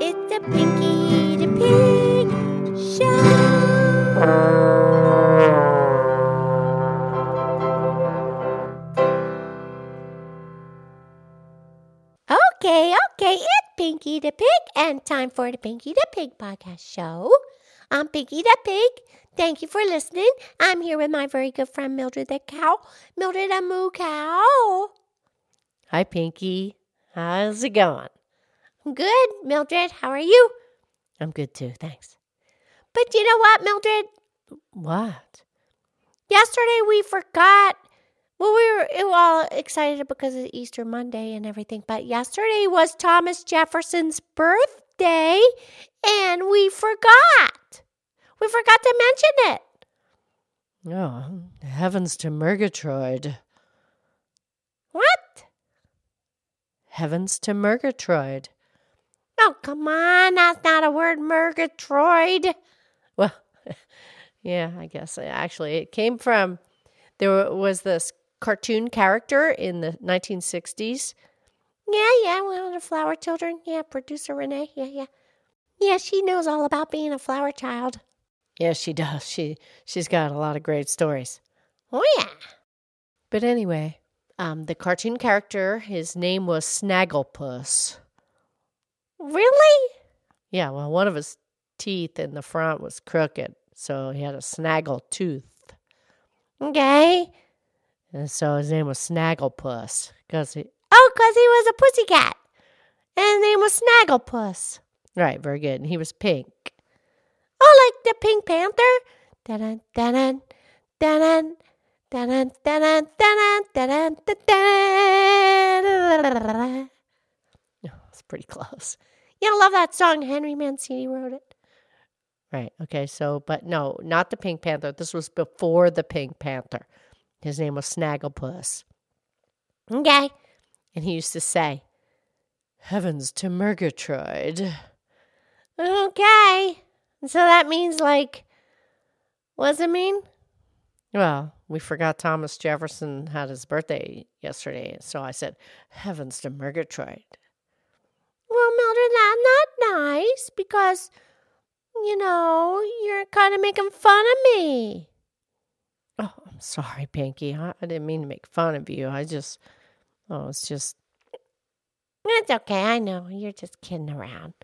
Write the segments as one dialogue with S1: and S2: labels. S1: It's a Pinky the Pig show. Okay, okay, it's Pinky the Pig, and time for the Pinky the Pig podcast show. I'm Pinky the Pig. Thank you for listening. I'm here with my very good friend Mildred the Cow. Mildred the Moo Cow. Hi, Pinky. How's it going? I'm good, Mildred. How are you? I'm good too, thanks. But you know what, Mildred? What? Yesterday we forgot. Well, we were all excited because of Easter Monday and everything, but yesterday was Thomas Jefferson's birthday and we forgot. We forgot to mention it.
S2: Oh, heavens to Murgatroyd.
S1: What?
S2: Heavens to Murgatroyd.
S1: Oh, come on. That's not a word, Murgatroyd.
S2: Well, yeah, I guess uh, actually it came from there wa- was this cartoon character in the 1960s.
S1: Yeah, yeah, one of the flower children. Yeah, producer Renee. Yeah, yeah. Yeah, she knows all about being a flower child.
S2: Yeah, she does. She she's got a lot of great stories.
S1: Oh, yeah.
S2: But anyway, um the cartoon character his name was Snagglepuss.
S1: Really?
S2: Yeah, well, one of his teeth in the front was crooked, so he had a snaggle tooth.
S1: Okay.
S2: And so his name was Snagglepuss because he,
S1: Oh, 'cause he was a pussycat. And his name was Snagglepuss.
S2: right, very good. And he was pink.
S1: Oh, like the Pink Panther. Dun dun dun dun dun dun dun dun dun dun.
S2: It's pretty close.
S1: Yeah, I love that song. Henry Mancini wrote it.
S2: Right. Okay. So, but no, not the Pink Panther. This was before the Pink Panther. His name was Snagglepuss.
S1: Okay.
S2: And he used to say, Heavens to Murgatroyd.
S1: Okay. So that means like what does it mean?
S2: Well, we forgot Thomas Jefferson had his birthday yesterday. So I said, Heavens to Murgatroyd.
S1: Well, Mildred, that's not nice because you know, you're kind of making fun of me.
S2: Oh, I'm sorry, Pinky. I, I didn't mean to make fun of you. I just, oh, it's just,
S1: It's okay, I know. You're just kidding around.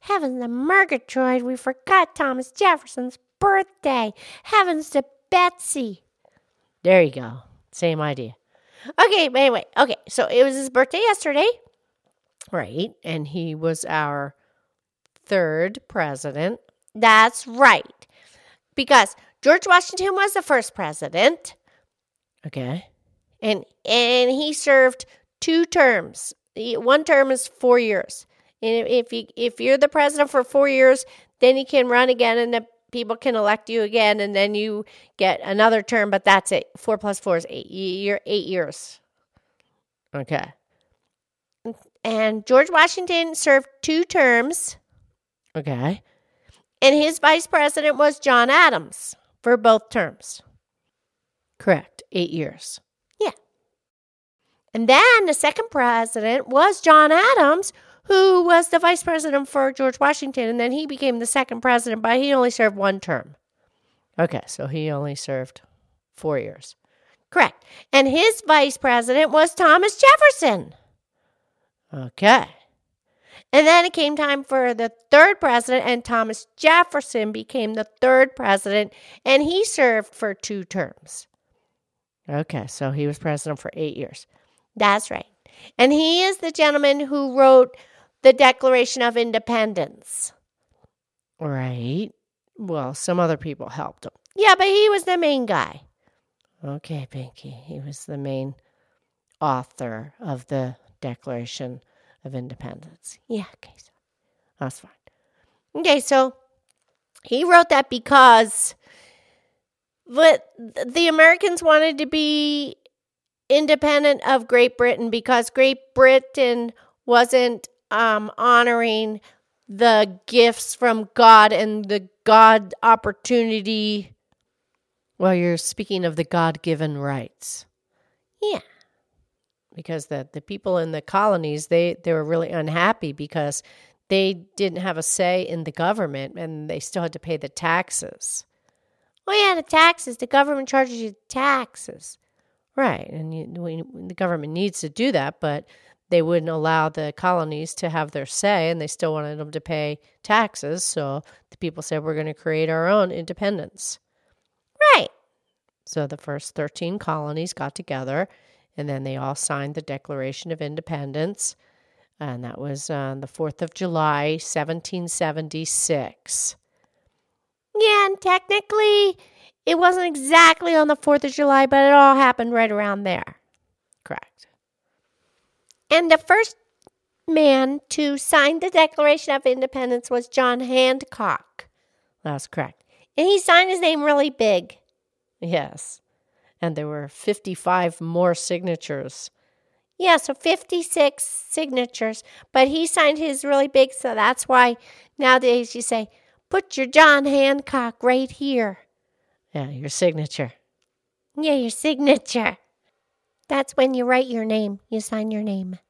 S1: Heavens to Murgatroyd, we forgot Thomas Jefferson's birthday. Heavens to Betsy.
S2: there you go. Same idea.
S1: Okay, but anyway, okay, so it was his birthday yesterday.
S2: Right. And he was our third president.
S1: That's right. Because George Washington was the first president.
S2: Okay.
S1: and and he served two terms. He- One term is four years, and if if you if you're the president for four years, then you can run again, and the people can elect you again, and then you get another term. But that's it. Four plus four is eight. Year eight years.
S2: Okay.
S1: And George Washington served two terms,
S2: Okay.
S1: and his vice president was John Adams for both terms.
S2: Correct. Eight years.
S1: And then the second president was John Adams, who was the vice president for George Washington. And then he became the second president, but he only served one term.
S2: Okay. So he only served four years.
S1: Correct. And his vice president was Thomas Jefferson.
S2: Okay.
S1: And then it came time for the third president, and Thomas Jefferson became the third president, and he served for two terms.
S2: Okay. So he was president for eight years.
S1: That's right. And he is the gentleman who wrote the Declaration of Independence.
S2: Right. Well, some other people helped him.
S1: Yeah, but he was the main guy.
S2: Okay, Pinky. He was the main author of the Declaration of Independence.
S1: Yeah, okay. So
S2: That's fine.
S1: Okay, so he wrote that because but th- the Americans wanted to be independent of Great Britain because Great Britain wasn't um, honoring the gifts from God and the God opportunity.
S2: Well, you're speaking of the God given rights.
S1: Yeah.
S2: Because the, the people in the colonies, they, they were really unhappy because they didn't have a say in the government and they still had to pay the taxes.
S1: Oh, yeah, the taxes. The government charges you taxes.
S2: Right. And you, we, the government needs to do that, but they wouldn't allow the colonies to have their say and they still wanted them to pay taxes. So the people said, we're going to create our own independence.
S1: Right.
S2: So the first 13 colonies got together and then they all signed the Declaration of Independence. And that was on the 4th of July, 1776.
S1: Yeah, and technically, it wasn't exactly on the 4th of July, but it all happened right around there.
S2: Correct.
S1: And the first man to sign the Declaration of Independence was John Hancock.
S2: That's correct.
S1: And he signed his name really big.
S2: Yes. And there were 55 more signatures.
S1: Yeah, so 56 signatures, but he signed his really big, so that's why nowadays you say, put your John Hancock right here.
S2: Yeah, your signature.
S1: Yeah, your signature. That's when you write your name, you sign your name.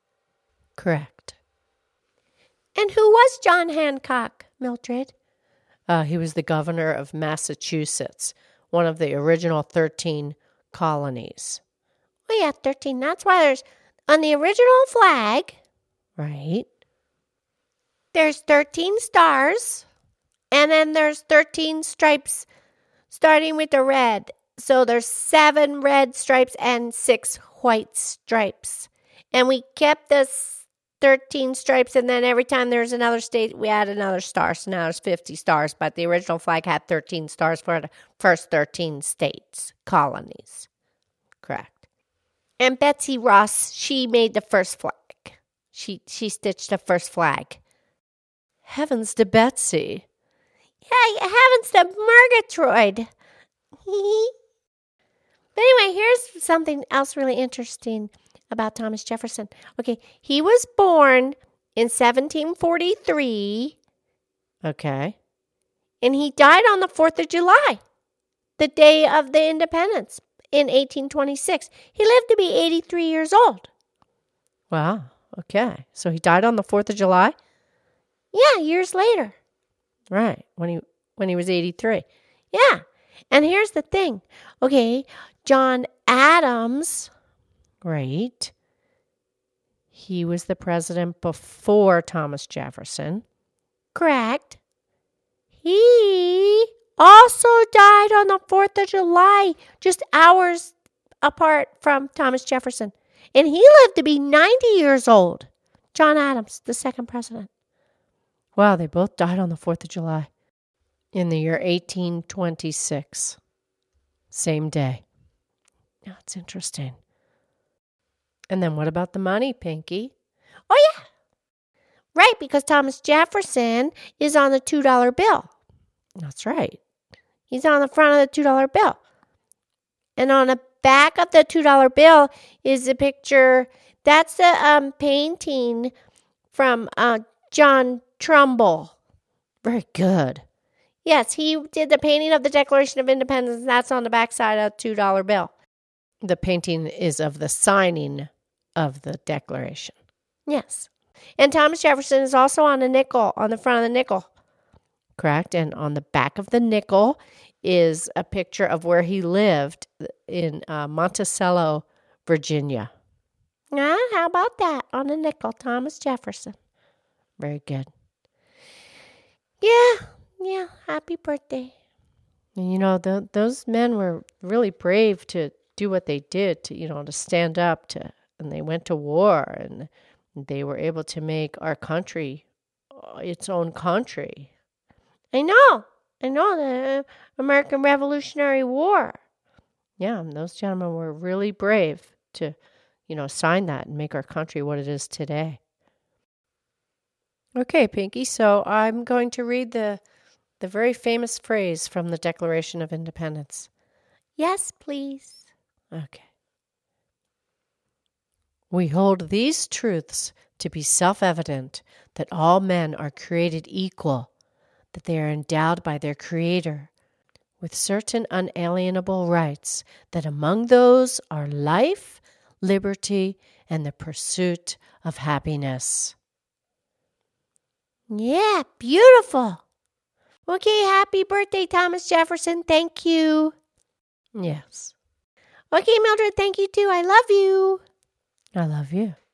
S2: Correct.
S1: And who was John Hancock, Mildred?
S2: Uh, he was the governor of Massachusetts, one of the original 13 colonies.
S1: Oh, yeah, 13. That's why there's on the original flag,
S2: Right?
S1: there's 13 stars, and then there's 13 stripes starting with the red. So there's seven red stripes and six white stripes. And we kept this 13 stripes, and then every time there's another state, we add another star. So now there's 50 stars, but the original flag had 13 stars for the first 13 states, colonies.
S2: Correct.
S1: And Betsy Ross, she made the first flag. She she stitched the first flag.
S2: Heavens to Betsy.
S1: Hey, heavens to Murgatroyd. but anyway, here's something else really interesting about Thomas Jefferson. Okay, he was born in 1743
S2: Okay.
S1: and he died on the 4th of July, the day of the independence in 1826. He lived to be 83 years old.
S2: Wow. Okay. So he died on the 4th of July?
S1: Yeah, years later.
S2: Right. When he when he was 83.
S1: Yeah. And here's the thing. Okay, John Adams.
S2: Right. He was the president before Thomas Jefferson.
S1: Correct. He also died on the 4th of July, just hours apart from Thomas Jefferson. And he lived to be 90 years old. John Adams, the second president.
S2: Wow, they both died on the 4th of July in the year 1826. Same day. That's interesting. And then what about the money, Pinky?
S1: Oh, yeah. Right, because Thomas Jefferson is on the $2 bill.
S2: That's right.
S1: He's on the front of the $2 bill. And on the back of the $2 bill is a picture. That's the um, painting from uh, John Trumbull.
S2: Very good.
S1: Yes, he did the painting of the Declaration of Independence. That's on the backside of a $2 bill.
S2: The painting is of the signing of the Declaration.
S1: Yes. And Thomas Jefferson is also on a nickel, on the front of the nickel.
S2: correct? And on the back of the nickel is a picture of where he lived in uh, Monticello, Virginia.
S1: Ah, how about that? On a nickel, Thomas Jefferson.
S2: Very good.
S1: Yeah, yeah. Happy birthday.
S2: And you know, th- those men were really brave to do what they did to, you know, to stand up to, and they went to war and they were able to make our country uh, its own country.
S1: I know. I know the uh, American Revolutionary War.
S2: Yeah, and those gentlemen were really brave to, you know, sign that and make our country what it is today. Okay, Pinky, so I'm going to read the the very famous phrase from the Declaration of Independence.
S1: Yes, please.
S2: Okay. We hold these truths to be self evident that all men are created equal, that they are endowed by their Creator with certain unalienable rights, that among those are life, liberty, and the pursuit of happiness.
S1: Yeah, beautiful. Okay, happy birthday, Thomas Jefferson. Thank you.
S2: Yes.
S1: Okay, Mildred, thank you too. I love you.
S2: I love you.